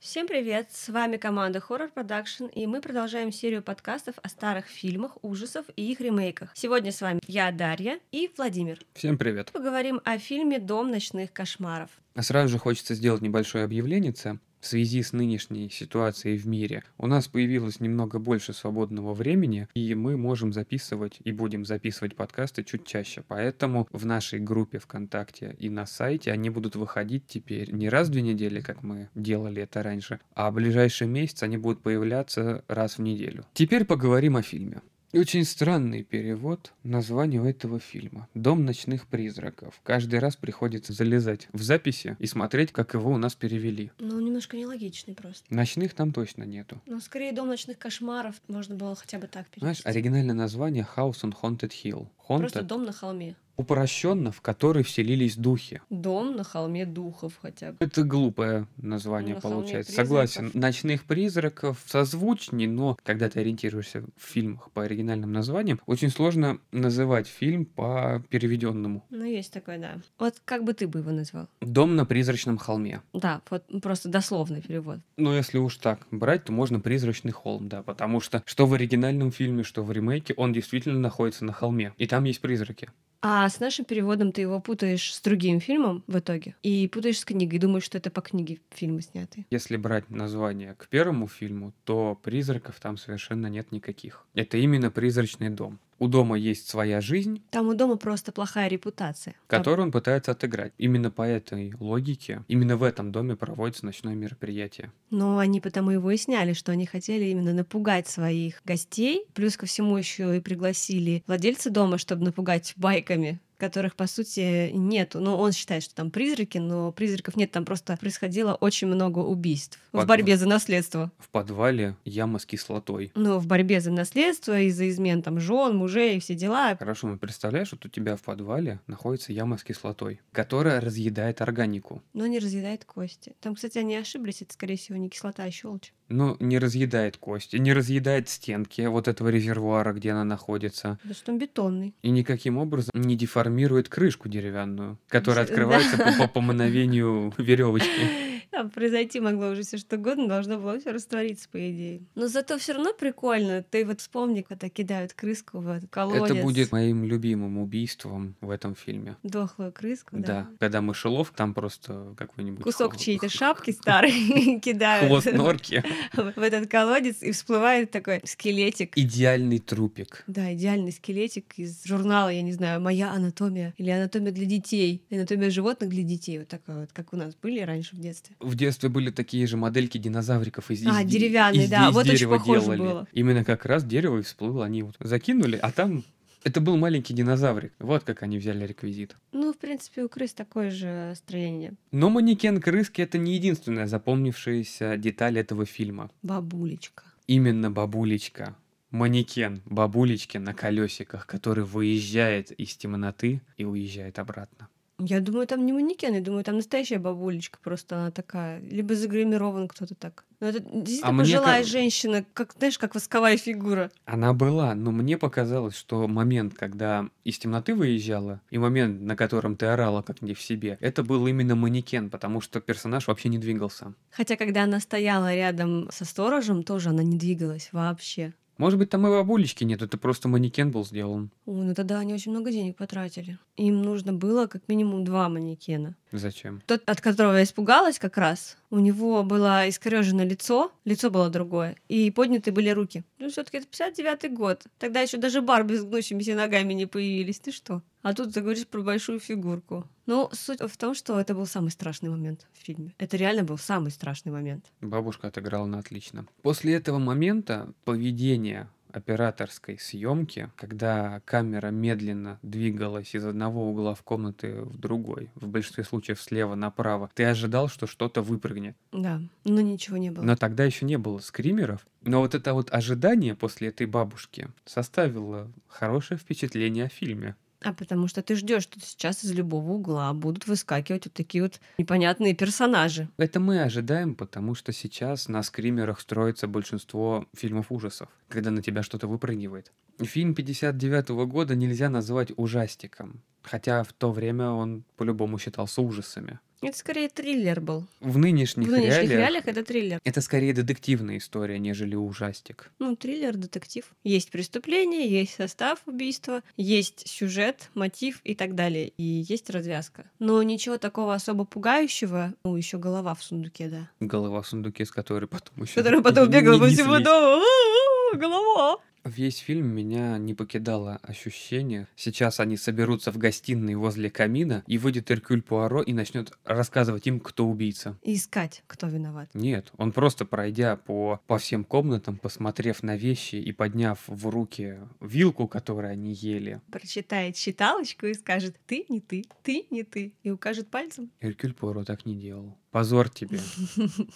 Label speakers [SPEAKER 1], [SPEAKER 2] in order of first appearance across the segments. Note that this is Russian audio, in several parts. [SPEAKER 1] Всем привет! С вами команда Horror Production, и мы продолжаем серию подкастов о старых фильмах, ужасов и их ремейках. Сегодня с вами я, Дарья, и Владимир.
[SPEAKER 2] Всем привет.
[SPEAKER 1] Поговорим о фильме «Дом ночных кошмаров».
[SPEAKER 2] А сразу же хочется сделать небольшое объявление. В связи с нынешней ситуацией в мире у нас появилось немного больше свободного времени, и мы можем записывать и будем записывать подкасты чуть чаще. Поэтому в нашей группе ВКонтакте и на сайте они будут выходить теперь не раз в две недели, как мы делали это раньше, а в ближайший месяц они будут появляться раз в неделю. Теперь поговорим о фильме. Очень странный перевод названию этого фильма. «Дом ночных призраков». Каждый раз приходится залезать в записи и смотреть, как его у нас перевели.
[SPEAKER 1] Ну, немножко нелогичный просто.
[SPEAKER 2] Ночных там точно нету.
[SPEAKER 1] Но скорее «Дом ночных кошмаров» можно было хотя бы так
[SPEAKER 2] Знаешь,
[SPEAKER 1] перевести.
[SPEAKER 2] оригинальное название «House on Haunted Hill».
[SPEAKER 1] Просто
[SPEAKER 2] Haunted
[SPEAKER 1] «Дом на холме».
[SPEAKER 2] упрощенно, в который вселились духи.
[SPEAKER 1] «Дом на холме духов» хотя бы.
[SPEAKER 2] Это глупое название
[SPEAKER 1] Ну, на холме
[SPEAKER 2] получается.
[SPEAKER 1] призраков.
[SPEAKER 2] Согласен. Ночных призраков созвучней, но когда ты ориентируешься в фильмах по оригинальным названиям, очень сложно называть фильм по переведенному.
[SPEAKER 1] Ну, есть такое, да. Вот как бы ты бы его назвал?
[SPEAKER 2] Дом на призрачном холме.
[SPEAKER 1] Да, вот просто дословный перевод.
[SPEAKER 2] Но Ну, если уж так брать, то можно призрачный холм, да, потому что что в оригинальном фильме, что в ремейке, он действительно находится на холме, и там есть призраки.
[SPEAKER 1] А с нашим переводом ты его путаешь с другим фильмом в итоге. И путаешь с книгой, и думаешь, что это по книге фильмы сняты.
[SPEAKER 2] Если брать название к первому фильму, то призраков там совершенно нет никаких. Это именно призрачный дом. У дома есть своя жизнь,
[SPEAKER 1] Там у дома просто плохая репутация.
[SPEAKER 2] которую он пытается отыграть. Именно по этой логике, именно в этом доме проводится ночное мероприятие.
[SPEAKER 1] Но они потому его и сняли, что они хотели именно напугать своих гостей. Плюс ко всему еще и пригласили владельца дома, чтобы напугать байками которых, по сути, нету. Ну, он считает, что там призраки, но призраков нет. Там просто происходило очень много убийств в
[SPEAKER 2] Подва-
[SPEAKER 1] борьбе за наследство.
[SPEAKER 2] В подвале яма с кислотой.
[SPEAKER 1] Ну, в борьбе за наследство и за измен там жен, мужей, все дела.
[SPEAKER 2] Хорошо, ну представляешь, вот у тебя в подвале находится яма с кислотой, которая разъедает органику.
[SPEAKER 1] но не разъедает кости. Там, кстати, они ошиблись, это, скорее всего, не кислота, а щелочь.
[SPEAKER 2] Ну, не разъедает кости, не разъедает стенки вот этого резервуара, где она находится,
[SPEAKER 1] Потому что он бетонный.
[SPEAKER 2] и никаким образом не деформирует крышку деревянную, которая
[SPEAKER 1] Да.
[SPEAKER 2] открывается по, по- по мановению веревочки.
[SPEAKER 1] Там произойти могло уже все что угодно, должно было все раствориться, по идее. Но зато все равно прикольно. Ты вот вспомни, когда кидают крыску в этот колодец.
[SPEAKER 2] Это будет моим любимым убийством в этом фильме.
[SPEAKER 1] Дохлую крыску,
[SPEAKER 2] Да.
[SPEAKER 1] да.
[SPEAKER 2] когда мышелов, там просто какой-нибудь...
[SPEAKER 1] Кусок
[SPEAKER 2] хво-
[SPEAKER 1] чьей-то шапки старой кидают
[SPEAKER 2] Хвост норки.
[SPEAKER 1] в этот колодец, и всплывает такой скелетик.
[SPEAKER 2] Идеальный трупик.
[SPEAKER 1] Да, идеальный скелетик из журнала, я не знаю, «Моя анатомия» или «Анатомия для детей», «Анатомия животных для детей», вот такая вот, как у нас были раньше в детстве.
[SPEAKER 2] В детстве были такие же модельки динозавриков из, из
[SPEAKER 1] А,
[SPEAKER 2] де-
[SPEAKER 1] деревянные,
[SPEAKER 2] из-
[SPEAKER 1] да,
[SPEAKER 2] из
[SPEAKER 1] вот очень
[SPEAKER 2] дерева
[SPEAKER 1] похоже
[SPEAKER 2] делали.
[SPEAKER 1] было.
[SPEAKER 2] Именно как раз дерево и всплыло, они вот закинули, а там это был маленький динозаврик. Вот как они взяли реквизит.
[SPEAKER 1] Ну, в принципе, у крыс такое же строение.
[SPEAKER 2] Но манекен крыски это не единственная запомнившаяся деталь этого фильма.
[SPEAKER 1] Бабулечка.
[SPEAKER 2] Именно бабулечка. Манекен бабулечки на колесиках, который выезжает из темноты и уезжает обратно.
[SPEAKER 1] Я думаю, там не манекен, я думаю, там настоящая бабулечка, просто она такая. Либо загримирован кто-то так. Но это действительно
[SPEAKER 2] А мне
[SPEAKER 1] пожилая
[SPEAKER 2] ка-
[SPEAKER 1] женщина, как, знаешь, как восковая фигура.
[SPEAKER 2] Она была, но мне показалось, что момент, когда из темноты выезжала, и момент, на котором ты орала как не в себе, это был именно манекен, потому что персонаж вообще не двигался.
[SPEAKER 1] Хотя, когда она стояла рядом со сторожем, тоже она не двигалась вообще.
[SPEAKER 2] Может быть, там и бабулечки нет, это просто манекен был сделан.
[SPEAKER 1] Ой, ну тогда они очень много денег потратили. Им нужно было как минимум два манекена.
[SPEAKER 2] Зачем?
[SPEAKER 1] Тот, от которого я испугалась как раз, у него было искорежено лицо, лицо было другое, и подняты были руки. Ну, все таки это 59-й год. Тогда еще даже Барби с гнущимися ногами не появились. Ты что? А тут ты говоришь про большую фигурку. Ну, суть в том, что это был самый страшный момент в фильме. Это реально был самый страшный момент.
[SPEAKER 2] Бабушка отыграла на отлично. После этого момента поведение операторской съемки, когда камера медленно двигалась из одного угла в комнаты в другой, в большинстве случаев слева направо, ты ожидал, что что-то выпрыгнет.
[SPEAKER 1] Да, но ничего не было.
[SPEAKER 2] Но тогда еще не было скримеров. Но вот это вот ожидание после этой бабушки составило хорошее впечатление о фильме.
[SPEAKER 1] А потому что ты ждешь, что сейчас из любого угла будут выскакивать вот такие вот непонятные персонажи.
[SPEAKER 2] Это мы ожидаем, потому что сейчас на скримерах строится большинство фильмов ужасов, когда на тебя что-то выпрыгивает. Фильм 59 года нельзя назвать ужастиком, хотя в то время он по-любому считался ужасами.
[SPEAKER 1] Это скорее триллер был.
[SPEAKER 2] В нынешних,
[SPEAKER 1] В нынешних
[SPEAKER 2] реалиях
[SPEAKER 1] реалиях это триллер.
[SPEAKER 2] это скорее детективная история, нежели ужастик.
[SPEAKER 1] Ну, триллер, детектив. Есть преступление, есть состав убийства, есть сюжет, мотив и так далее. И есть развязка. Но ничего такого особо пугающего. Ну, еще голова в сундуке, да.
[SPEAKER 2] Голова в сундуке, с которой потом еще...
[SPEAKER 1] Которая потом бегала по всему
[SPEAKER 2] дому.
[SPEAKER 1] дому. «У-у-у, Голова!
[SPEAKER 2] Весь фильм меня не покидало ощущение. Сейчас они соберутся в гостиной возле камина, и выйдет Эркюль Пуаро и начнет рассказывать им, кто убийца.
[SPEAKER 1] И искать, кто виноват.
[SPEAKER 2] Нет, он просто пройдя по, по всем комнатам, посмотрев на вещи и подняв в руки вилку, которую они ели,
[SPEAKER 1] Прочитает считалочку и скажет «ты не ты, ты не ты» и укажет пальцем.
[SPEAKER 2] Эркюль Пуаро так не делал. Позор тебе,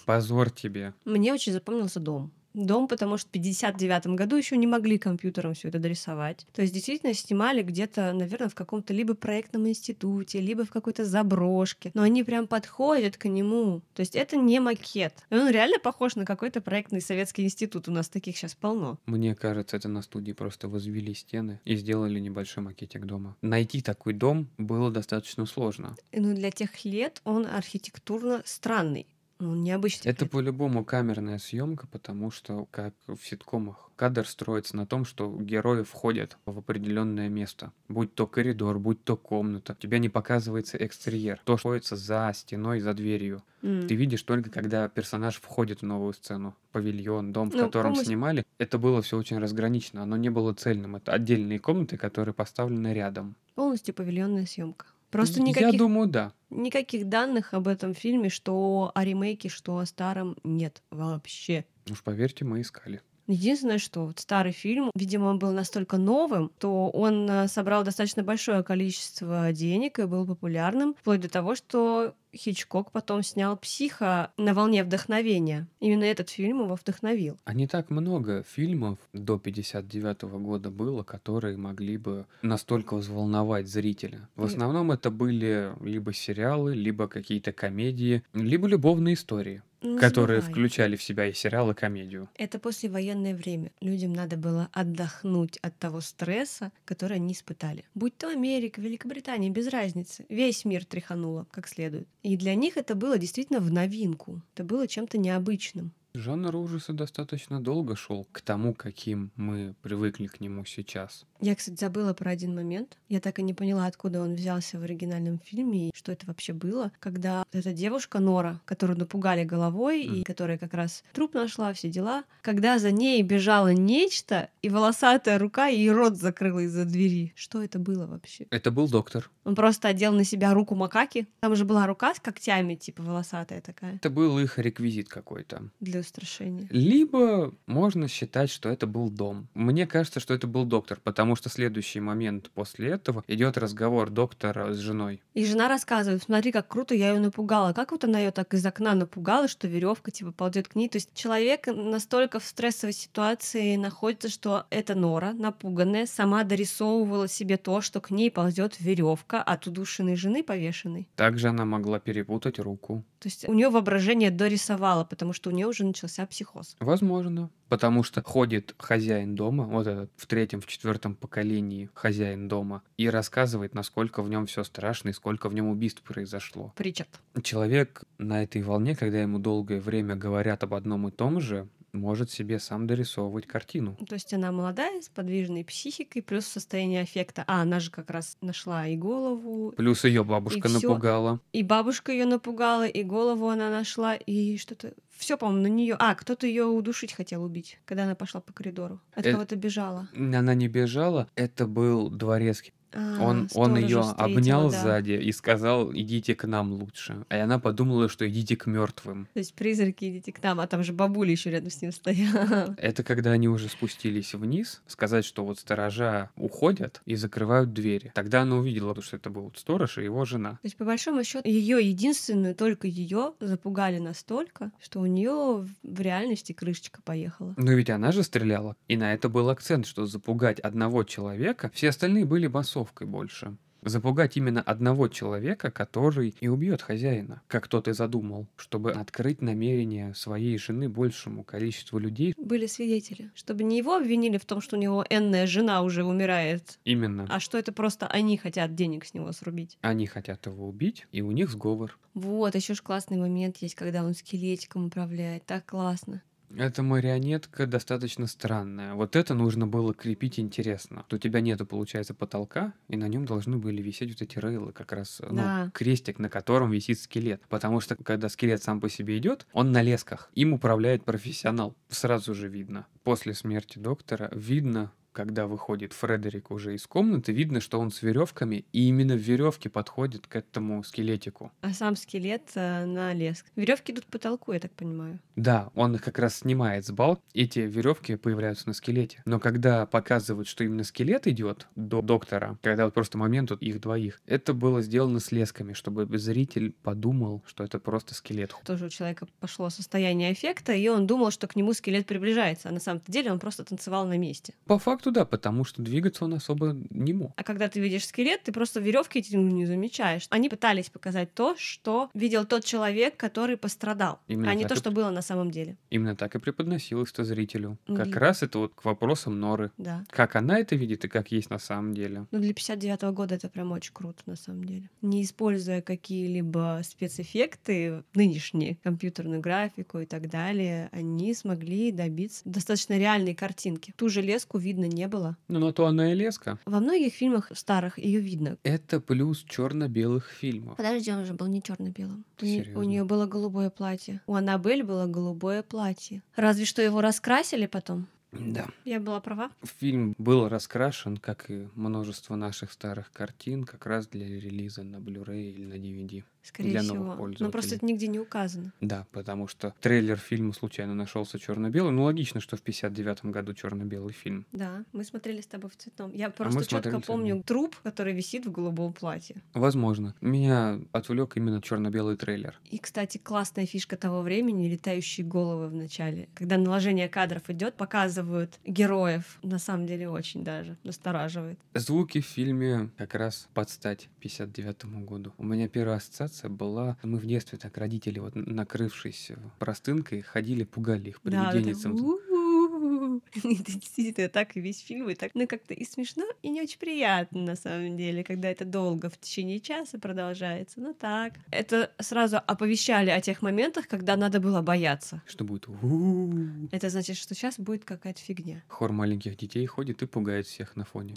[SPEAKER 2] позор тебе.
[SPEAKER 1] Мне очень запомнился дом. Дом, потому что в 59 году еще не могли компьютером все это дорисовать. То есть действительно снимали где-то, наверное, в каком-то либо проектном институте, либо в какой-то заброшке. Но они прям подходят к нему. То есть это не макет. И Он реально похож на какой-то проектный советский институт. У нас таких сейчас полно.
[SPEAKER 2] Мне кажется, это на студии просто возвели стены и сделали небольшой макетик дома. Найти такой дом было достаточно сложно.
[SPEAKER 1] Но ну, для тех лет он архитектурно странный. Ну, Он необычный.
[SPEAKER 2] Это по-любому камерная съемка, потому что, как в ситкомах, кадр строится на том, что герои входят в определенное место. Будь то коридор, будь то комната. У тебя не показывается экстерьер. То, что находится за стеной, за дверью.
[SPEAKER 1] М.
[SPEAKER 2] Ты видишь только, когда персонаж входит в новую сцену. Павильон, дом, в
[SPEAKER 1] Ну,
[SPEAKER 2] котором
[SPEAKER 1] полностью.
[SPEAKER 2] снимали. Это было все очень разграничено. Оно не было цельным. Это отдельные комнаты, которые поставлены рядом.
[SPEAKER 1] Полностью павильонная съемка. Просто
[SPEAKER 2] Я
[SPEAKER 1] никаких,
[SPEAKER 2] думаю, да.
[SPEAKER 1] никаких данных об этом фильме, что о ремейке, что о старом нет вообще.
[SPEAKER 2] Уж поверьте, мы искали.
[SPEAKER 1] Единственное, что вот старый фильм, видимо, он был настолько новым, то он э, собрал достаточно большое количество денег и был популярным, вплоть до того, что Хичкок потом снял «Психа» на волне вдохновения. Именно этот фильм его вдохновил.
[SPEAKER 2] А не так много фильмов до 59 года было, которые могли бы настолько взволновать зрителя. В
[SPEAKER 1] Нет.
[SPEAKER 2] основном это были либо сериалы, либо какие-то комедии, либо любовные истории,
[SPEAKER 1] Ну, не
[SPEAKER 2] которые
[SPEAKER 1] забывай.
[SPEAKER 2] включали в себя и сериал, и комедию.
[SPEAKER 1] Это послевоенное время. Людям надо было отдохнуть от того стресса, который они испытали. Будь то Америка, Великобритания, без разницы. Весь мир тряхануло как следует. И для них это было действительно в новинку. Это было чем-то необычным.
[SPEAKER 2] Жанр ужаса достаточно долго шел к тому, каким мы привыкли к нему сейчас.
[SPEAKER 1] Я, кстати, забыла про один момент. Я так и не поняла, откуда он взялся в оригинальном фильме и что это вообще было, когда эта девушка Нора, которую напугали головой и
[SPEAKER 2] Мгм.
[SPEAKER 1] которая как раз труп нашла, все дела, когда за ней бежало нечто, и волосатая рука ей рот закрыла из-за двери. Что это было вообще?
[SPEAKER 2] Это был доктор.
[SPEAKER 1] Он просто одел на себя руку макаки. Там же была рука с когтями, типа волосатая такая,
[SPEAKER 2] Это был их реквизит какой-то.
[SPEAKER 1] для устрашения.
[SPEAKER 2] Либо можно считать, что это был дом. Мне кажется, что это был доктор, потому что следующий момент после этого идет разговор доктора с женой.
[SPEAKER 1] И жена рассказывает, смотри, как круто я ее напугала. Как вот она ее так из окна напугала, что веревка типа ползет к ней. То есть человек настолько в стрессовой ситуации находится, что эта Нора, напуганная, сама дорисовывала себе то, что к ней ползет веревка от удушенной жены повешенной.
[SPEAKER 2] Также она могла перепутать руку.
[SPEAKER 1] То есть у нее воображение дорисовало, потому что у нее уже начался психоз.
[SPEAKER 2] Возможно. Потому что ходит хозяин дома, вот этот в третьем, в четвертом поколении хозяин дома, и рассказывает, насколько в нем все страшно и сколько в нем убийств произошло.
[SPEAKER 1] Причард.
[SPEAKER 2] человек на этой волне, когда ему долгое время говорят об одном и том же, может себе сам дорисовывать картину.
[SPEAKER 1] То есть она молодая, с подвижной психикой, плюс состояние аффекта. А она же как раз нашла и голову,
[SPEAKER 2] Плюс ее бабушка
[SPEAKER 1] всё.
[SPEAKER 2] напугала.
[SPEAKER 1] И бабушка ее напугала, и голову она нашла, и что-то. Все, по-моему, на нее. А, кто-то ее удушить хотел убить, когда она пошла по коридору. От
[SPEAKER 2] Э,
[SPEAKER 1] кого-то бежала.
[SPEAKER 2] Она не бежала, это был дворецкий.
[SPEAKER 1] А,
[SPEAKER 2] Он, он
[SPEAKER 1] сторожа
[SPEAKER 2] ее
[SPEAKER 1] встретила,
[SPEAKER 2] обнял
[SPEAKER 1] да.
[SPEAKER 2] сзади и сказал, идите к нам лучше. А она подумала, что идите к мертвым.
[SPEAKER 1] То есть призраки идите к нам, а там же бабуля еще рядом с ним стояла.
[SPEAKER 2] Это когда они уже спустились вниз, сказать, что вот сторожа уходят и закрывают двери. Тогда она увидела, что это был сторож и его жена.
[SPEAKER 1] То есть, по большому счету, ее единственную, только ее запугали настолько, что у нее в реальности крышечка поехала.
[SPEAKER 2] Но ведь она же стреляла. И на это был акцент, что запугать одного человека, все остальные были массовкой больше. Запугать именно одного человека, который и убьет хозяина, как тот и задумал, чтобы открыть намерение своей жены большему количеству людей.
[SPEAKER 1] Были свидетели. Чтобы не его обвинили в том, что у него энная жена уже умирает,
[SPEAKER 2] Именно
[SPEAKER 1] а что это просто они хотят денег с него срубить.
[SPEAKER 2] они хотят его убить, и у них сговор.
[SPEAKER 1] Вот, еще ж классный момент есть, когда он скелетиком управляет. Так классно.
[SPEAKER 2] Эта марионетка достаточно странная. Вот это нужно было крепить интересно. У тебя нету, получается, потолка, и на нем должны были висеть вот эти рейлы, как раз ну,
[SPEAKER 1] Да.
[SPEAKER 2] крестик, на котором висит скелет. Потому что, когда скелет сам по себе идет, он на лесках. Им управляет профессионал. Сразу же видно. После смерти доктора видно, когда выходит Фредерик уже из комнаты, видно, что он с веревками, и именно веревки подходят к этому скелетику.
[SPEAKER 1] А сам скелет э, на леск. Веревки идут к потолку, я так понимаю.
[SPEAKER 2] Да, он их как раз снимает с балки, эти веревки появляются на скелете. Но когда показывают, что именно скелет идет до доктора, когда вот просто момент вот их двоих, это было сделано с лесками, чтобы зритель подумал, что это просто скелет.
[SPEAKER 1] Тоже у человека пошло состояние эффекта, и он думал, что к нему скелет приближается, а на самом-то деле он просто танцевал на месте.
[SPEAKER 2] По факту да, потому что двигаться он особо не мог.
[SPEAKER 1] А когда ты видишь скелет, ты просто веревки эти ну, не замечаешь. Они пытались показать то, что видел тот человек, который пострадал,
[SPEAKER 2] Именно
[SPEAKER 1] а не
[SPEAKER 2] так
[SPEAKER 1] то,
[SPEAKER 2] и
[SPEAKER 1] что было на самом деле.
[SPEAKER 2] Именно так и преподносилось то зрителю. Как
[SPEAKER 1] Мгм.
[SPEAKER 2] раз это вот к вопросам Норы.
[SPEAKER 1] Да.
[SPEAKER 2] Как она это видит и как есть на самом деле.
[SPEAKER 1] Ну, для 59 года это прям очень круто, на самом деле. Не используя какие-либо спецэффекты, нынешние, компьютерную графику и так далее, они смогли добиться достаточно реальной картинки. Ту же леску видно не было.
[SPEAKER 2] Ну, на то она и леска.
[SPEAKER 1] Во многих фильмах старых ее видно.
[SPEAKER 2] Это плюс черно-белых фильмов.
[SPEAKER 1] Подожди, он же был не черно-белым. У,
[SPEAKER 2] Ты серьёзно?
[SPEAKER 1] нее было голубое платье. У Аннабель было голубое платье. Разве что его раскрасили потом.
[SPEAKER 2] Да.
[SPEAKER 1] Я была права.
[SPEAKER 2] Фильм был раскрашен, как и множество наших старых картин, как раз для релиза на Blu-ray или на DVD.
[SPEAKER 1] Скорее
[SPEAKER 2] Для новых
[SPEAKER 1] всего. Но
[SPEAKER 2] пользователей.
[SPEAKER 1] просто это нигде не указано.
[SPEAKER 2] Да, потому что трейлер фильма случайно нашелся черно-белый. Ну, логично, что в 59 году черно-белый фильм.
[SPEAKER 1] Да, мы смотрели с тобой в цветном. Я
[SPEAKER 2] А мы
[SPEAKER 1] просто
[SPEAKER 2] смотрели
[SPEAKER 1] четко
[SPEAKER 2] в цветном.
[SPEAKER 1] помню труп, который висит в голубом платье.
[SPEAKER 2] Возможно. Меня отвлек именно черно-белый трейлер.
[SPEAKER 1] И, кстати, классная фишка того времени — летающие головы в начале. Когда наложение кадров идет, показывают героев. На самом деле очень даже настораживает.
[SPEAKER 2] Звуки в фильме как раз под стать 59 году. У меня первая ассоциация была, мы в детстве так родители, вот накрывшись э, простынкой, ходили, пугали их
[SPEAKER 1] Да, вот это
[SPEAKER 2] привиденницам.
[SPEAKER 1] «У-у-у». И ты действительно так и весь фильм, и так, ну, как-то и смешно, и не очень приятно, на самом деле, когда это долго, в течение часа продолжается, ну, так. Это сразу оповещали о тех моментах, когда надо было бояться.
[SPEAKER 2] Что будет? «У-у-у».
[SPEAKER 1] Это значит, что сейчас будет какая-то фигня.
[SPEAKER 2] Хор маленьких детей ходит и пугает всех на фоне.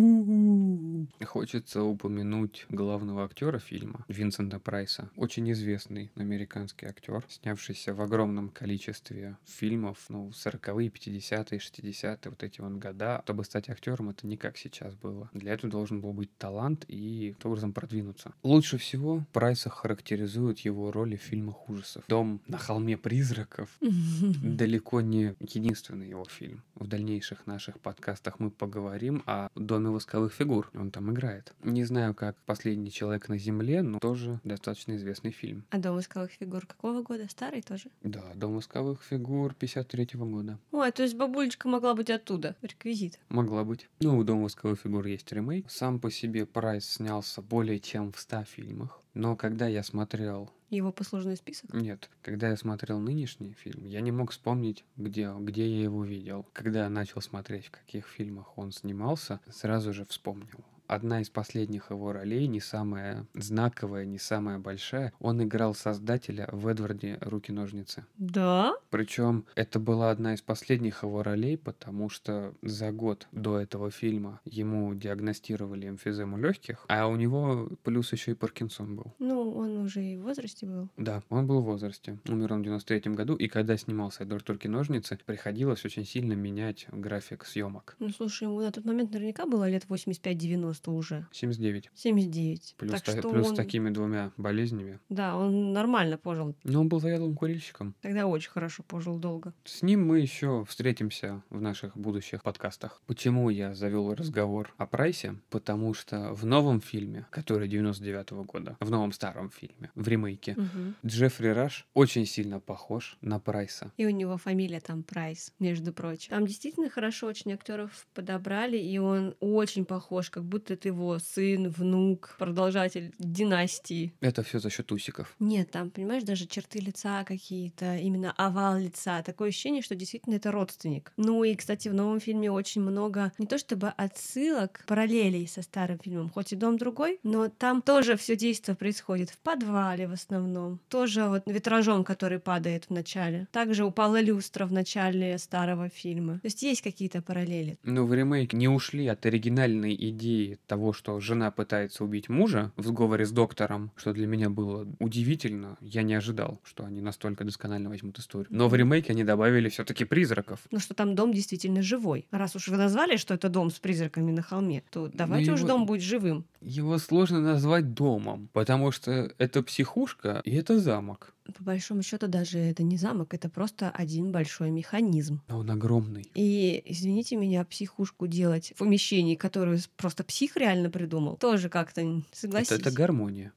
[SPEAKER 2] У-у-у. Хочется упомянуть главного актера фильма Винсента Прайса. Очень известный американский актер, снявшийся в огромном количестве фильмов, ну, 40-е, 50-е, 60-е, вот эти вот года. Чтобы стать актером, это не как сейчас было. Для этого должен был быть талант и таким образом продвинуться. Лучше всего Прайса характеризуют его роли в фильмах ужасов. «Дом на холме призраков»,
[SPEAKER 1] А
[SPEAKER 2] далеко не единственный его фильм. В дальнейших наших подкастах мы поговорим о Доме восковых фигур. Он там играет. Не знаю, как «Последний человек на земле», но тоже достаточно известный фильм.
[SPEAKER 1] А дом восковых фигур какого года? Старый тоже?
[SPEAKER 2] Да, «Дом восковых фигур» 53 года.
[SPEAKER 1] Ой, то есть бабулечка могла быть оттуда. Реквизит.
[SPEAKER 2] Могла быть. Ну, у «Дома восковых фигур» есть ремейк. Сам по себе Прайс снялся более чем в 100 фильмах. Но когда я смотрел...
[SPEAKER 1] Его послужной список?
[SPEAKER 2] Нет, когда я смотрел нынешний фильм, я не мог вспомнить, где, где я его видел. Когда я начал смотреть, в каких фильмах он снимался, сразу же вспомнил. Одна из последних его ролей, не самая знаковая, не самая большая, он играл создателя в Эдварде «Руки-ножницы».
[SPEAKER 1] Да?
[SPEAKER 2] Причем это была одна из последних его ролей, потому что за год до этого фильма ему диагностировали эмфизему легких, а у него плюс еще и Паркинсон был.
[SPEAKER 1] Ну, он уже и в возрасте был.
[SPEAKER 2] Да, он был в возрасте. Умер он в 93 году, и когда снимался «Эдвард Турки ножницы», приходилось очень сильно менять график съемок.
[SPEAKER 1] Ну, слушай, ему на тот момент наверняка было лет 85-90 уже.
[SPEAKER 2] 79.
[SPEAKER 1] 79.
[SPEAKER 2] Плюс,
[SPEAKER 1] так
[SPEAKER 2] та-
[SPEAKER 1] что
[SPEAKER 2] плюс
[SPEAKER 1] он...
[SPEAKER 2] такими двумя болезнями.
[SPEAKER 1] Да, он нормально пожил.
[SPEAKER 2] Но он был заядлым курильщиком.
[SPEAKER 1] Тогда очень хорошо пожил долго.
[SPEAKER 2] С ним мы еще встретимся в наших будущих подкастах. Почему я завел разговор о Прайсе? Потому что в новом фильме, который 99 года, в новом старом фильме, в ремейке,
[SPEAKER 1] Мгм.
[SPEAKER 2] Джеффри Раш очень сильно похож на Прайса.
[SPEAKER 1] И у него фамилия там Прайс, между прочим. Там действительно хорошо очень актеров подобрали, и он очень похож, как будто работает его сын, внук, продолжатель династии.
[SPEAKER 2] Это все за счет усиков.
[SPEAKER 1] Нет, там, понимаешь, даже черты лица какие-то, именно овал лица. Такое ощущение, что действительно это родственник. Ну и, кстати, в новом фильме очень много не то чтобы отсылок, параллелей со старым фильмом, хоть и дом другой, но там тоже все действие происходит в подвале в основном. Тоже вот витражом, который падает в начале. Также упала люстра в начале старого фильма. То есть есть какие-то параллели.
[SPEAKER 2] Но Ну, в ремейке не ушли от оригинальной идеи того, что жена пытается убить мужа в сговоре с доктором, что для меня было удивительно. Я не ожидал, что они настолько досконально возьмут историю. Но в ремейке они добавили все-таки призраков.
[SPEAKER 1] Ну что там дом действительно живой. Раз уж вы назвали, что это дом с призраками на холме, то давайте уж
[SPEAKER 2] его-
[SPEAKER 1] дом будет живым.
[SPEAKER 2] Его сложно назвать домом, потому что это психушка и это замок.
[SPEAKER 1] По большому счету даже это не замок, это просто один большой механизм.
[SPEAKER 2] Но А он огромный.
[SPEAKER 1] И, извините меня, психушку делать в помещении, которую с- просто псих реально придумал, тоже как-то н- согласись.
[SPEAKER 2] Это, это гармония.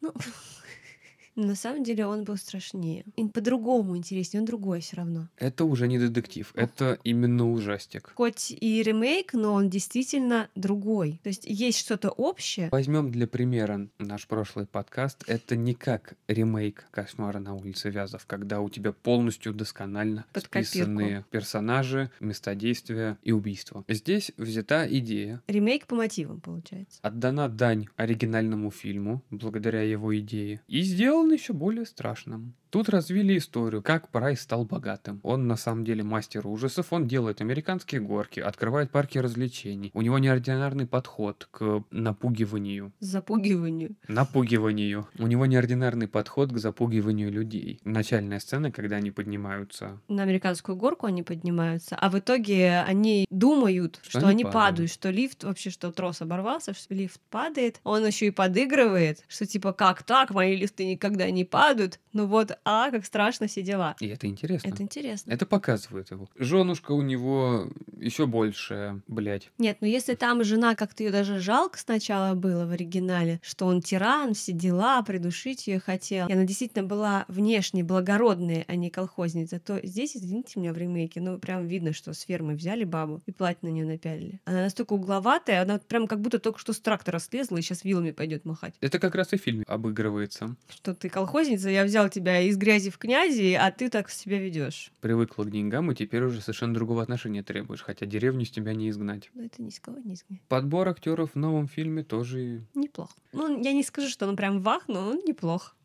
[SPEAKER 1] Но на самом деле он был страшнее. И по-другому интереснее, он другой все равно.
[SPEAKER 2] Это уже не детектив, это именно ужастик.
[SPEAKER 1] Хоть и ремейк, но он действительно другой. То есть есть что-то общее.
[SPEAKER 2] Возьмем для примера наш прошлый подкаст. Это не как ремейк «Кошмара на улице Вязов», когда у тебя полностью досконально
[SPEAKER 1] Под копирку.
[SPEAKER 2] списаны персонажи, места действия и убийства. Здесь взята идея,
[SPEAKER 1] Ремейк по мотивам, получается.
[SPEAKER 2] отдана дань оригинальному фильму, благодаря его идее, и сделан еще более страшным. Тут развили историю, как Прайс стал богатым. Он на самом деле мастер ужасов, он делает американские горки, открывает парки развлечений. У него неординарный подход к напугиванию.
[SPEAKER 1] Запугиванию.
[SPEAKER 2] Напугиванию. У него неординарный подход к запугиванию людей. Начальная сцена, когда они поднимаются.
[SPEAKER 1] На американскую горку они поднимаются, а в итоге они думают, что, они падают. что лифт вообще, что трос оборвался, что лифт падает. Он еще и подыгрывает, что типа как так, мои лифты никогда не падают. Ну вот, а как страшно все дела.
[SPEAKER 2] И это интересно.
[SPEAKER 1] Это интересно.
[SPEAKER 2] Это показывает его. Женушка у него еще больше, блядь.
[SPEAKER 1] Нет, ну если там жена как-то ее даже жалко сначала было в оригинале, что он тиран, все дела, придушить ее хотел. И она действительно была внешне благородная, а не колхозница. То здесь, извините меня, в ремейке, ну прям видно, что с фермы взяли бабу и платье на нее напялили. Она настолько угловатая, она вот прям как будто только что с трактора слезла и сейчас вилами пойдет махать.
[SPEAKER 2] Это как раз и в фильме обыгрывается.
[SPEAKER 1] Что ты колхозница, я взял тебя из грязи в князи, а ты так себя ведешь.
[SPEAKER 2] Привыкла к деньгам и теперь уже совершенно другого отношения требуешь, хотя деревню с тебя не изгнать.
[SPEAKER 1] Но это ни с кого не изгнать.
[SPEAKER 2] Подбор актеров в новом фильме тоже...
[SPEAKER 1] Неплохо. Ну, я не скажу, что он прям вах, но он неплох.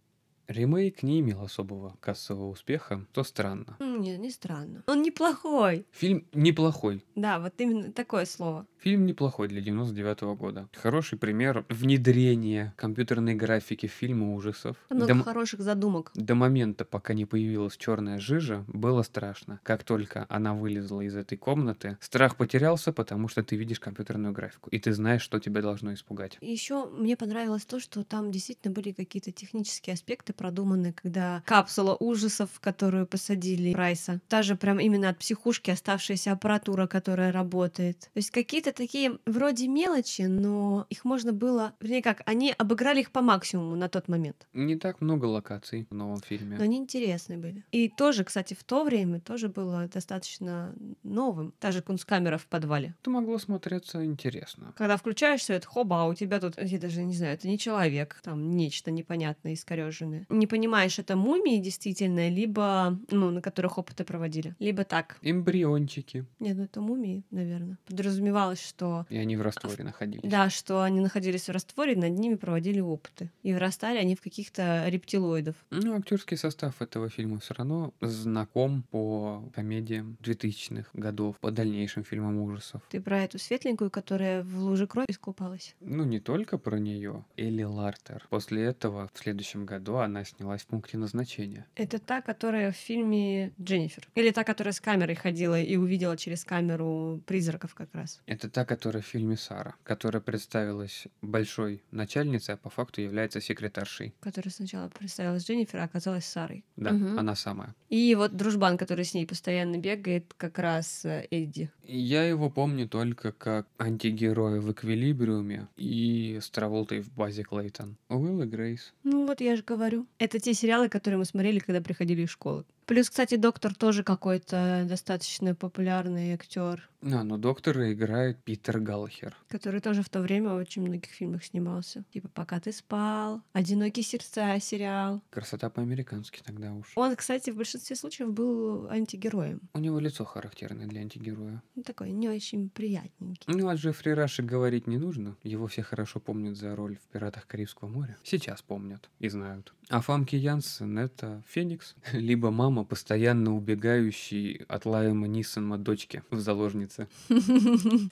[SPEAKER 2] Ремейк не имел особого кассового успеха, то странно.
[SPEAKER 1] М, Не, не странно. Он неплохой.
[SPEAKER 2] Фильм неплохой.
[SPEAKER 1] Да, вот именно такое слово.
[SPEAKER 2] Фильм неплохой для 99 года. Хороший пример внедрения компьютерной графики в фильмы ужасов.
[SPEAKER 1] Много
[SPEAKER 2] До м-
[SPEAKER 1] хороших задумок.
[SPEAKER 2] До момента, пока не появилась черная жижа, было страшно. Как только она вылезла из этой комнаты, страх потерялся, потому что ты видишь компьютерную графику, и ты знаешь, что тебя должно испугать.
[SPEAKER 1] Еще мне понравилось то, что там действительно были какие-то технические аспекты продуманы, когда капсула ужасов, в которую посадили Прайса, даже прям именно от психушки оставшаяся аппаратура, которая работает. То есть какие-то такие вроде мелочи, но их можно было, вернее как, они обыграли их по максимуму на тот момент.
[SPEAKER 2] Не так много локаций в новом
[SPEAKER 1] Но
[SPEAKER 2] фильме.
[SPEAKER 1] они интересные были. И тоже, кстати, в то время тоже было достаточно новым. Та же кунсткамера в подвале.
[SPEAKER 2] Это могло смотреться интересно.
[SPEAKER 1] Когда включаешь все это, хоба, а у тебя тут, я даже не знаю, это не человек, там нечто непонятное, искореженное. Не понимаешь, это мумии действительно, либо, ну, на которых опыты проводили, либо так.
[SPEAKER 2] Эмбриончики.
[SPEAKER 1] Нет, ну это мумии, наверное. Подразумевалось, что
[SPEAKER 2] И они в растворе находились.
[SPEAKER 1] да, что они находились в растворе, и над ними проводили опыты. И вырастали они в каких-то рептилоидов.
[SPEAKER 2] Ну, актерский состав этого фильма все равно знаком по комедиям 2000-х годов, по дальнейшим фильмам ужасов.
[SPEAKER 1] Ты про эту светленькую, которая в луже крови искупалась?
[SPEAKER 2] Ну, не только про нее. Элли Лартер. После этого, в следующем году, она снялась в пункте назначения.
[SPEAKER 1] Это та, которая в фильме Дженнифер. Или та, которая с камерой ходила и увидела через камеру призраков как раз.
[SPEAKER 2] Это та, которая в фильме Сара, которая представилась большой начальницей, а по факту является секретаршей.
[SPEAKER 1] Которая сначала представилась Дженнифер, а оказалась Сарой.
[SPEAKER 2] Да,
[SPEAKER 1] Мгм.
[SPEAKER 2] она самая.
[SPEAKER 1] И вот дружбан, который с ней постоянно бегает, как раз э, Эдди.
[SPEAKER 2] И Я его помню только как антигероя в Эквилибриуме и с Траволтой в базе Клейтон. Уилл и Грейс.
[SPEAKER 1] Ну вот я же говорю. Это те сериалы, которые мы смотрели, когда приходили из школы. Плюс, кстати, доктор тоже какой-то достаточно популярный актер,
[SPEAKER 2] А, но доктора играет Питер Галлахер.
[SPEAKER 1] который тоже в то время в очень многих фильмах снимался. Типа «Пока ты спал», «Одинокие сердца» сериал.
[SPEAKER 2] Красота по-американски тогда уж.
[SPEAKER 1] Он, кстати, в большинстве случаев был антигероем.
[SPEAKER 2] У него лицо характерное для антигероя.
[SPEAKER 1] Ну, такой не очень приятненький.
[SPEAKER 2] Ну, о Джеффри Раше говорить не нужно. Его все хорошо помнят за роль в «Пиратах Карибского моря». Сейчас помнят и знают. А Фамки Янсен — это Феникс, либо мама, постоянно убегающей от Лайма Нисона дочки в заложнице.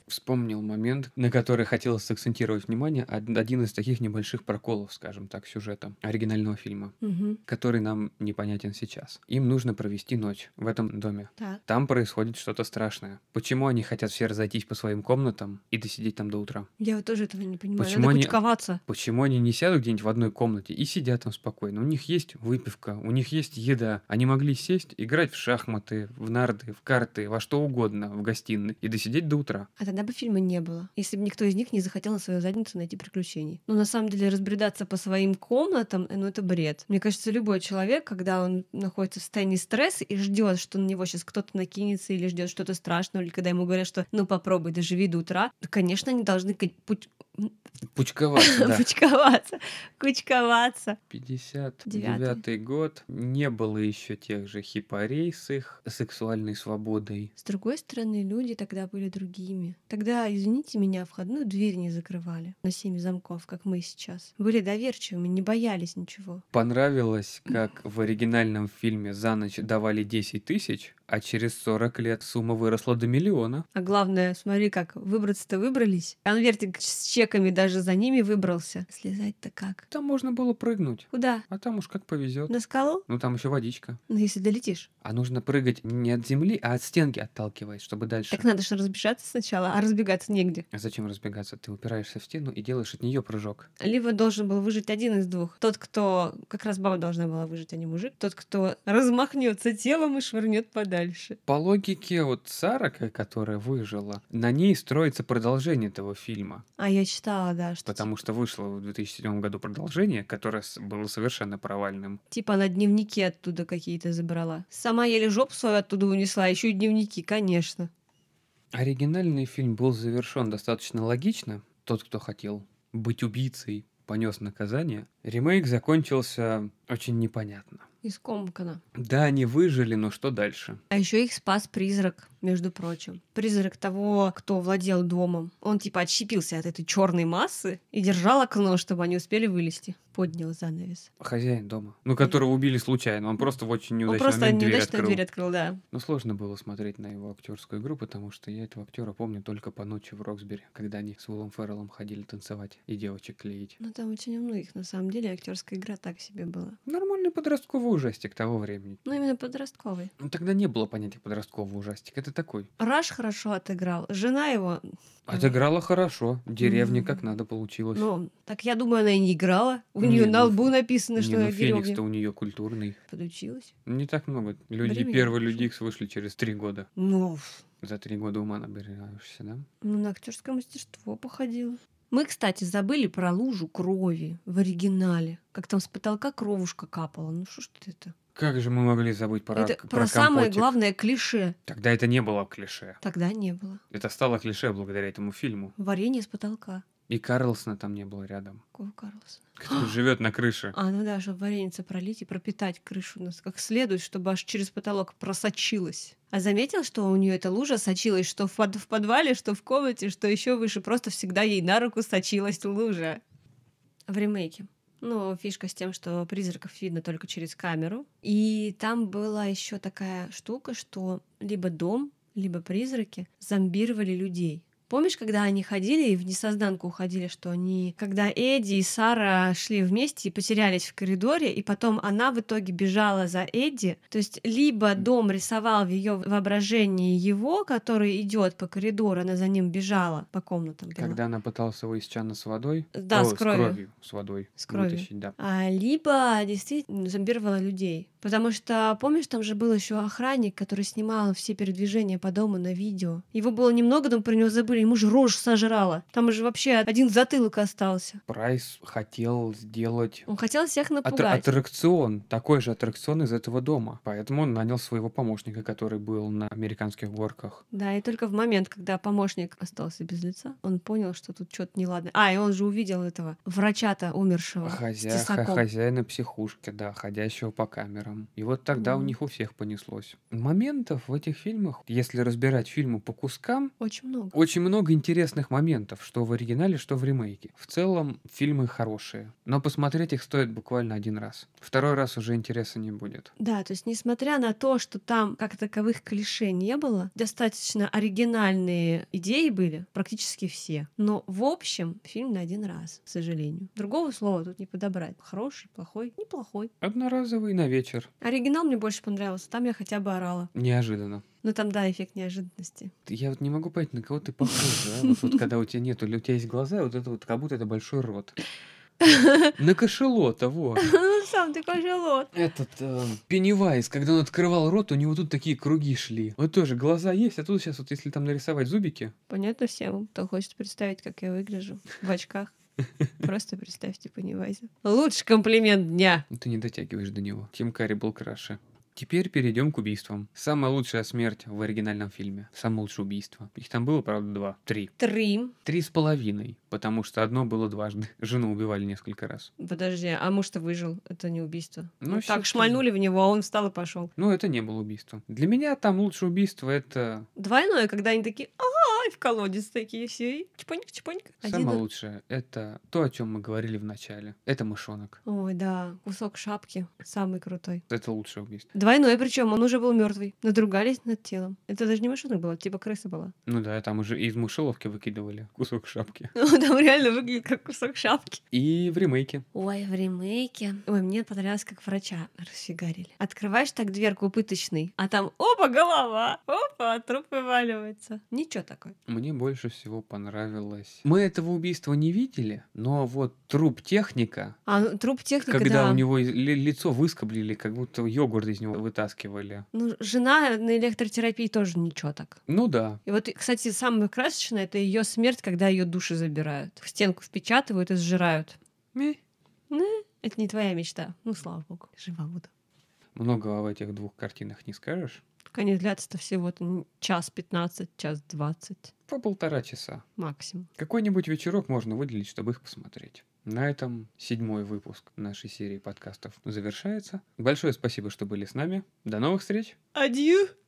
[SPEAKER 2] Вспомнил момент, на который хотелось сакцентировать внимание. Од- Один из таких небольших проколов, скажем так, сюжета оригинального фильма,
[SPEAKER 1] Мгм.
[SPEAKER 2] который нам непонятен сейчас. Им нужно провести ночь в этом доме.
[SPEAKER 1] Так.
[SPEAKER 2] Там происходит что-то страшное. Почему они хотят все разойтись по своим комнатам и досидеть там до утра?
[SPEAKER 1] Я вот тоже этого не понимаю.
[SPEAKER 2] Почему
[SPEAKER 1] Надо
[SPEAKER 2] они-
[SPEAKER 1] кучковаться.
[SPEAKER 2] Почему они не сядут где-нибудь в одной комнате и сидят там спокойно? У них есть выпивка, у них есть еда. Они могли сесть, играть в шахматы, в нарды, в карты, во что угодно, в гостиной и досидеть до утра.
[SPEAKER 1] А тогда бы фильма не было, если бы никто из них не захотел на свою задницу найти приключений. Но на самом деле разбредаться по своим комнатам, э, ну это бред. Мне кажется, любой человек, когда он находится в состоянии стресса и ждет, что на него сейчас кто-то накинется или ждет что-то страшное, или когда ему говорят, что ну попробуй, доживи до утра, то, конечно, они должны ка- пуч-
[SPEAKER 2] Пучковаться, да.
[SPEAKER 1] пучковаться, кучковаться.
[SPEAKER 2] 59 год. Не было еще тех же хипарей с их сексуальной свободой.
[SPEAKER 1] С другой стороны, люди тогда были другими. Тогда, извините меня, входную дверь не закрывали на семь замков, как мы сейчас. Были доверчивыми, не боялись ничего.
[SPEAKER 2] Понравилось, как в оригинальном фильме за ночь давали 10 тысяч, а через 40 лет сумма выросла до миллиона.
[SPEAKER 1] А главное, смотри, как выбраться-то выбрались. Конвертик с чеками даже за ними выбрался. Слезать-то как?
[SPEAKER 2] Там можно было прыгнуть,
[SPEAKER 1] Куда?
[SPEAKER 2] а там уж как повезет.
[SPEAKER 1] На скалу?
[SPEAKER 2] Ну там еще водичка.
[SPEAKER 1] Ну, если долетишь.
[SPEAKER 2] А нужно прыгать не от земли, а от стенки отталкиваясь, чтобы дальше.
[SPEAKER 1] Так надо же разбежаться сначала, а разбегаться негде.
[SPEAKER 2] А зачем разбегаться? Ты упираешься в стену и делаешь от нее прыжок.
[SPEAKER 1] Либо должен был выжить один из двух. Тот, кто... Как раз баба должна была выжить, а не мужик. Тот, кто размахнется телом и швырнет подальше.
[SPEAKER 2] По логике вот Сарака, которая выжила, на ней строится продолжение этого фильма.
[SPEAKER 1] А я читала, да, что
[SPEAKER 2] Потому что вышло в 2007 году продолжение, которое с- было совершенно провальным.
[SPEAKER 1] Типа она дневники оттуда какие-то забрала. Сама еле жопу свою оттуда унесла, еще и дневники, конечно.
[SPEAKER 2] Оригинальный фильм был завершен достаточно логично. Тот, кто хотел быть убийцей, понес наказание. Ремейк закончился очень непонятно.
[SPEAKER 1] Из комкана.
[SPEAKER 2] Да, они выжили, но что дальше?
[SPEAKER 1] А еще их спас призрак, между прочим. Призрак того, кто владел домом. Он типа отщепился от этой черной массы и держал окно, чтобы они успели вылезти. Поднял занавес.
[SPEAKER 2] Хозяин дома, ну которого убили случайно, он просто в очень
[SPEAKER 1] Он
[SPEAKER 2] неудачный
[SPEAKER 1] просто
[SPEAKER 2] момент дверь
[SPEAKER 1] неудачно
[SPEAKER 2] открыл.
[SPEAKER 1] дверь открыл, да.
[SPEAKER 2] Ну, сложно было смотреть на его актерскую игру, потому что я этого актера помню только по ночи в Роксбери, когда они с Уиллом Ферреллом ходили танцевать и девочек клеить.
[SPEAKER 1] Но Ну, там очень у многих, на самом деле, актерская игра так себе была.
[SPEAKER 2] Нормальный подростковый ужастик того времени.
[SPEAKER 1] Ну, именно подростковый.
[SPEAKER 2] Ну, тогда не было понятия подростковый ужастик. Это такой.
[SPEAKER 1] Раш хорошо отыграл. Жена его,
[SPEAKER 2] Отыграла хорошо. Деревня как надо получилось.
[SPEAKER 1] ну, так я думаю, она и не играла. У
[SPEAKER 2] Не,
[SPEAKER 1] нее
[SPEAKER 2] ну,
[SPEAKER 1] на лбу написано,
[SPEAKER 2] не,
[SPEAKER 1] что
[SPEAKER 2] ну
[SPEAKER 1] она
[SPEAKER 2] Феникс-то
[SPEAKER 1] деревня.
[SPEAKER 2] у нее культурный.
[SPEAKER 1] Подучилась.
[SPEAKER 2] Не так много. Люди,
[SPEAKER 1] Времени
[SPEAKER 2] первые
[SPEAKER 1] прошло.
[SPEAKER 2] люди Икс вышли через три года.
[SPEAKER 1] Ну, ф-
[SPEAKER 2] За три года ума набираешься, да?
[SPEAKER 1] Ну, на актерское мастерство походила. Мы, кстати, забыли про лужу крови в оригинале. Как там с потолка кровушка капала. Ну что ж ты это?
[SPEAKER 2] Как же мы могли забыть про,
[SPEAKER 1] это
[SPEAKER 2] к-
[SPEAKER 1] про, самое
[SPEAKER 2] компотик?
[SPEAKER 1] главное клише.
[SPEAKER 2] Тогда это не было клише.
[SPEAKER 1] Тогда не было.
[SPEAKER 2] Это стало клише благодаря этому фильму.
[SPEAKER 1] Варенье с потолка.
[SPEAKER 2] И Карлсона там не было рядом.
[SPEAKER 1] Какого Карлсона?
[SPEAKER 2] Который живет на крыше.
[SPEAKER 1] А, ну да, чтобы вареница пролить и пропитать крышу у нас как следует, чтобы аж через потолок просочилось. А заметил, что у нее эта лужа сочилась, что в, под- в подвале, что в комнате, что еще выше, просто всегда ей на руку сочилась лужа. В ремейке. Ну, фишка с тем, что призраков видно только через камеру. И там была еще такая штука, что либо дом, либо призраки зомбировали людей. Помнишь, когда они ходили и в несознанку уходили, что они... Когда Эдди и Сара шли вместе и потерялись в коридоре, и потом она в итоге бежала за Эдди. То есть либо дом рисовал в ее воображении его, который идет по коридору, она за ним бежала по комнатам. бегала.
[SPEAKER 2] Когда она пыталась его из чана с водой.
[SPEAKER 1] Да,
[SPEAKER 2] О,
[SPEAKER 1] с кровью.
[SPEAKER 2] С кровью. С водой.
[SPEAKER 1] С кровью.
[SPEAKER 2] Вытащить, да.
[SPEAKER 1] А, либо действительно зомбировала людей. Потому что, помнишь, там же был еще охранник, который снимал все передвижения по дому на видео. Его было немного, но про него забыли. говорю, ему же рожь сожрала. Там же вообще один затылок остался.
[SPEAKER 2] Прайс хотел сделать
[SPEAKER 1] Он хотел всех
[SPEAKER 2] атт-
[SPEAKER 1] напугать.
[SPEAKER 2] аттракцион, такой же аттракцион из этого дома. Поэтому он нанял своего помощника, который был на американских горках.
[SPEAKER 1] Да, и только в момент, когда помощник остался без лица, он понял, что тут что-то неладно. А, и он же увидел этого врача-то умершего
[SPEAKER 2] Хозя-
[SPEAKER 1] Ну, с тесаком.
[SPEAKER 2] ха- Хозяина психушки, да, ходящего по камерам. И вот тогда у
[SPEAKER 1] Мгм.
[SPEAKER 2] них у всех понеслось. Моментов в этих фильмах, если разбирать фильмы по кускам,
[SPEAKER 1] Очень много.
[SPEAKER 2] очень много интересных моментов, что в оригинале, что в ремейке. В целом, фильмы хорошие, но посмотреть их стоит буквально один раз. Второй раз уже интереса не будет.
[SPEAKER 1] Да, то есть несмотря на то, что там как таковых клише не было, достаточно оригинальные идеи были практически все. Но в общем фильм на один раз, к сожалению. Другого слова тут не подобрать. Хороший, плохой, неплохой.
[SPEAKER 2] Одноразовый на вечер.
[SPEAKER 1] Оригинал мне больше понравился, там я хотя бы орала.
[SPEAKER 2] Неожиданно.
[SPEAKER 1] Но там, да, эффект неожиданности.
[SPEAKER 2] Ты- Я вот не могу понять, на кого ты похожа. а? Вот, вот когда у тебя нету, или у тебя есть глаза, вот это вот как будто это большой рот. На кошелота, вот.
[SPEAKER 1] Ну, Сам ты кожелот.
[SPEAKER 2] Этот эм, Пеннивайз, когда он открывал рот, у него тут такие круги шли. Вот тоже глаза есть, а тут сейчас вот если там нарисовать зубики,
[SPEAKER 1] Понятно всем, кто хочет представить, как я выгляжу в очках. Просто представьте Пеннивайза. Лучший комплимент дня.
[SPEAKER 2] ну, ты не дотягиваешь до него. Тим Карри был краше. Теперь перейдем к убийствам. Самая лучшая смерть в оригинальном фильме. Самое лучшее убийство. Их там было, правда, два. Три.
[SPEAKER 1] Три.
[SPEAKER 2] Три с половиной, потому что одно было дважды. Жену убивали несколько раз.
[SPEAKER 1] Подожди, а муж-то выжил, это не убийство.
[SPEAKER 2] Ну,
[SPEAKER 1] Ну,
[SPEAKER 2] всё-таки.
[SPEAKER 1] так шмальнули в него, а он встал и пошел.
[SPEAKER 2] Ну, это не было убийством. Для меня там лучшее убийство это
[SPEAKER 1] Двойное, когда они такие, ай, в колодец такие все, и чпонька, чпонька. Один-
[SPEAKER 2] самое лучшее. Это то, о чем мы говорили в начале. Это мышонок.
[SPEAKER 1] Ой, да, кусок шапки, самый крутой.
[SPEAKER 2] Это лучшее убийство.
[SPEAKER 1] Двойное, причем он уже был мертвый. Надругались над телом. Это даже не машина была, типа крыса была.
[SPEAKER 2] Ну да, там уже из мышеловки выкидывали кусок шапки.
[SPEAKER 1] Ну, Там реально выглядит как кусок шапки.
[SPEAKER 2] И в ремейке.
[SPEAKER 1] Ой, в ремейке. Ой, мне понравилось, как врача расфигарили. Открываешь так дверку пыточный, а там опа, голова, опа, труп вываливается. Ничего такое.
[SPEAKER 2] Мне больше всего понравилось. Мы этого убийства не видели, но вот труп техника,
[SPEAKER 1] А ну, труп техника,
[SPEAKER 2] когда
[SPEAKER 1] да.
[SPEAKER 2] у него и- ли- лицо выскоблили, как будто йогурт из него вытаскивали.
[SPEAKER 1] Ну, жена на электротерапии тоже ничего так.
[SPEAKER 2] Ну да.
[SPEAKER 1] И вот, кстати, самое красочное это ее смерть, когда ее души забирают. В стенку впечатывают и сжирают.
[SPEAKER 2] Мeh.
[SPEAKER 1] Это не твоя мечта. Ну, слава богу, жива буду.
[SPEAKER 2] Много в этих двух картинах не скажешь.
[SPEAKER 1] Конец длятся-то всего-то н- час пятнадцать, час двадцать
[SPEAKER 2] По полтора часа.
[SPEAKER 1] максимум.
[SPEAKER 2] Какой-нибудь вечерок можно выделить, чтобы их посмотреть. На этом седьмой выпуск нашей серии подкастов завершается. Большое спасибо, что были с нами. До новых встреч!
[SPEAKER 1] Адью!